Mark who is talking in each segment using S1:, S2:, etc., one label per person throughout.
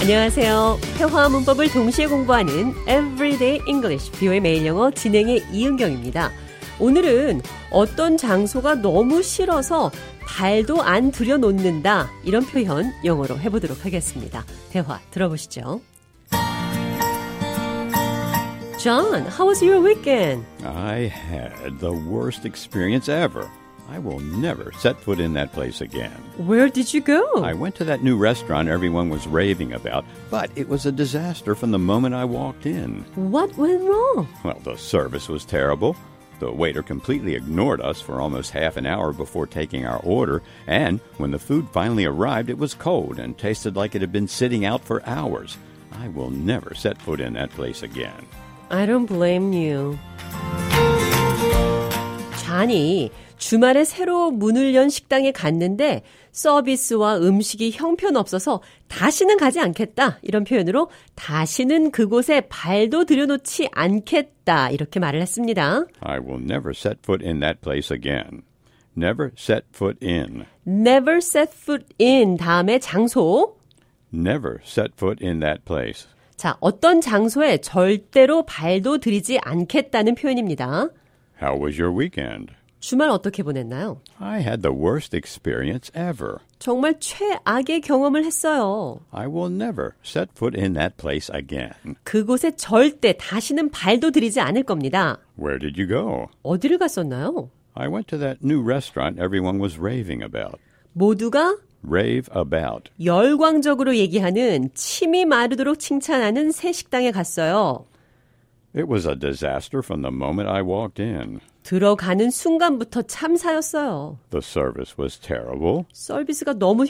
S1: 안녕하세요. 회화 문법을 동시에 공부하는 Everyday English 비오의 매일 영어 진행의 이은경입니다. 오늘은 어떤 장소가 너무 싫어서 발도 안 들여놓는다 이런 표현 영어로 해보도록 하겠습니다. 대화 들어보시죠. John, how was your weekend?
S2: I had the worst experience ever. I will never set foot in that place again.
S1: Where did you go?
S2: I went to that new restaurant everyone was raving about, but it was a disaster from the moment I walked in.
S1: What went wrong?
S2: Well, the service was terrible. The waiter completely ignored us for almost half an hour before taking our order, and when the food finally arrived, it was cold and tasted like it had been sitting out for hours. I will never set foot in that place again.
S1: I don't blame you. 잔이 주말에 새로 문을 연 식당에 갔는데 서비스와 음식이 형편없어서 다시는 가지 않겠다. 이런 표현으로 다시는 그곳에 발도 들여놓지 않겠다. 이렇게 말을 했습니다.
S2: I will never set foot in that place again. Never set foot in.
S1: never set foot in 다음에 장소.
S2: Never set foot in that place.
S1: 자, 어떤 장소에 절대로 발도 들이지 않겠다는 표현입니다.
S2: How was your weekend?
S1: 주말 어떻게 보냈나요?
S2: I had the worst experience ever.
S1: 정말 최악의 경험을 했어요.
S2: I will never set foot in that place again.
S1: 그곳에 절대 다시는 발도 들이지 않을 겁니다.
S2: Where did you go?
S1: 어디를 갔었나요?
S2: I went to that new restaurant everyone was raving about.
S1: 모두가
S2: Rave about.
S1: 열광적으로 얘기하는 침이 마르도록 칭찬하는 새 식당에 갔어요.
S2: It was a disaster from the moment I walked in.
S1: 들어가는 순간부터 참사였어요.
S2: The service was terrible.
S1: 서비스가 너무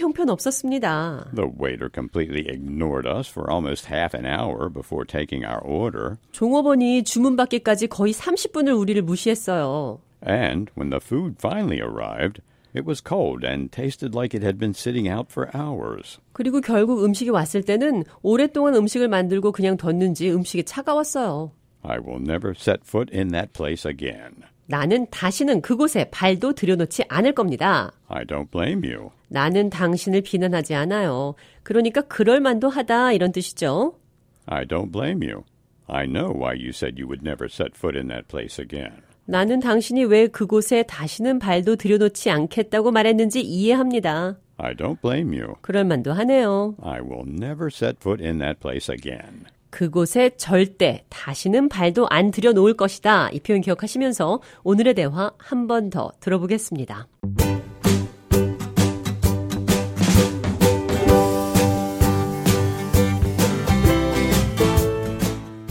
S1: 형편없었습니다.
S2: The waiter completely ignored us for almost half an hour before taking our order.
S1: 종업원이 주문 받기까지 거의 30분을 우리를 무시했어요.
S2: And when the food finally arrived, it was cold and tasted like it had been sitting out for hours.
S1: 그리고 결국 음식이 왔을 때는 오랫동안 음식을 만들고 그냥 뒀는지 음식이 차가웠어요.
S2: I will never set foot in that place again.
S1: 나는 다시는 그곳에 발도 들여놓지 않을 겁니다.
S2: I don't blame you.
S1: 나는 당신을 비난하지 않아요. 그러니까 그럴만도 하다 이런 뜻이죠.
S2: I don't blame you. I know why you said you would never set foot in that place again.
S1: 나는 당신이 왜 그곳에 다시는 발도 들여놓지 않겠다고 말했는지 이해합니다.
S2: I don't blame you.
S1: 그럴만도 하네요.
S2: I will never set foot in that place again.
S1: 그곳에 절대 다시는 발도 안 들여놓을 것이다. 이 표현 기억하시면서 오늘의 대화 한 번 더 들어보겠습니다.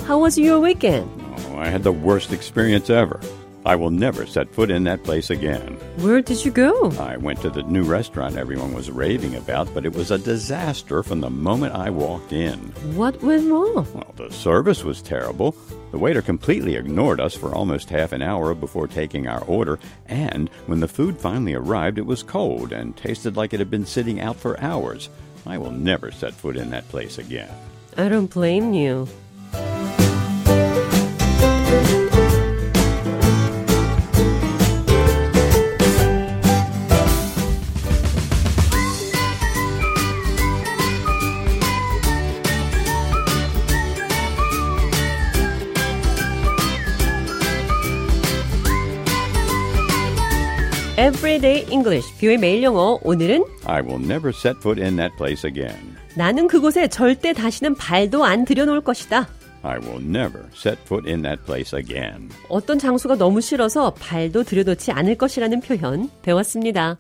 S1: How was your weekend?
S2: Oh, I had the worst experience ever. I will never set foot in that place again.
S1: Where did you go?
S2: I went to the new restaurant everyone was raving about, but it was a disaster from the moment I walked in.
S1: What went wrong?
S2: Well, the service was terrible. The waiter completely ignored us for almost half an hour before taking our order, and when the food finally arrived, it was cold and tasted like it had been sitting out for hours. I will never set foot in that place again.
S1: I don't blame you. Everyday English, 뷰의 매일 영어. 오늘은
S2: I will never set foot in that place again.
S1: 나는 그곳에 절대 다시는 발도 안 들여놓을 것이다.
S2: I will never set foot in that place again.
S1: 어떤 장소가 너무 싫어서 발도 들여놓지 않을 것이라는 표현 배웠습니다.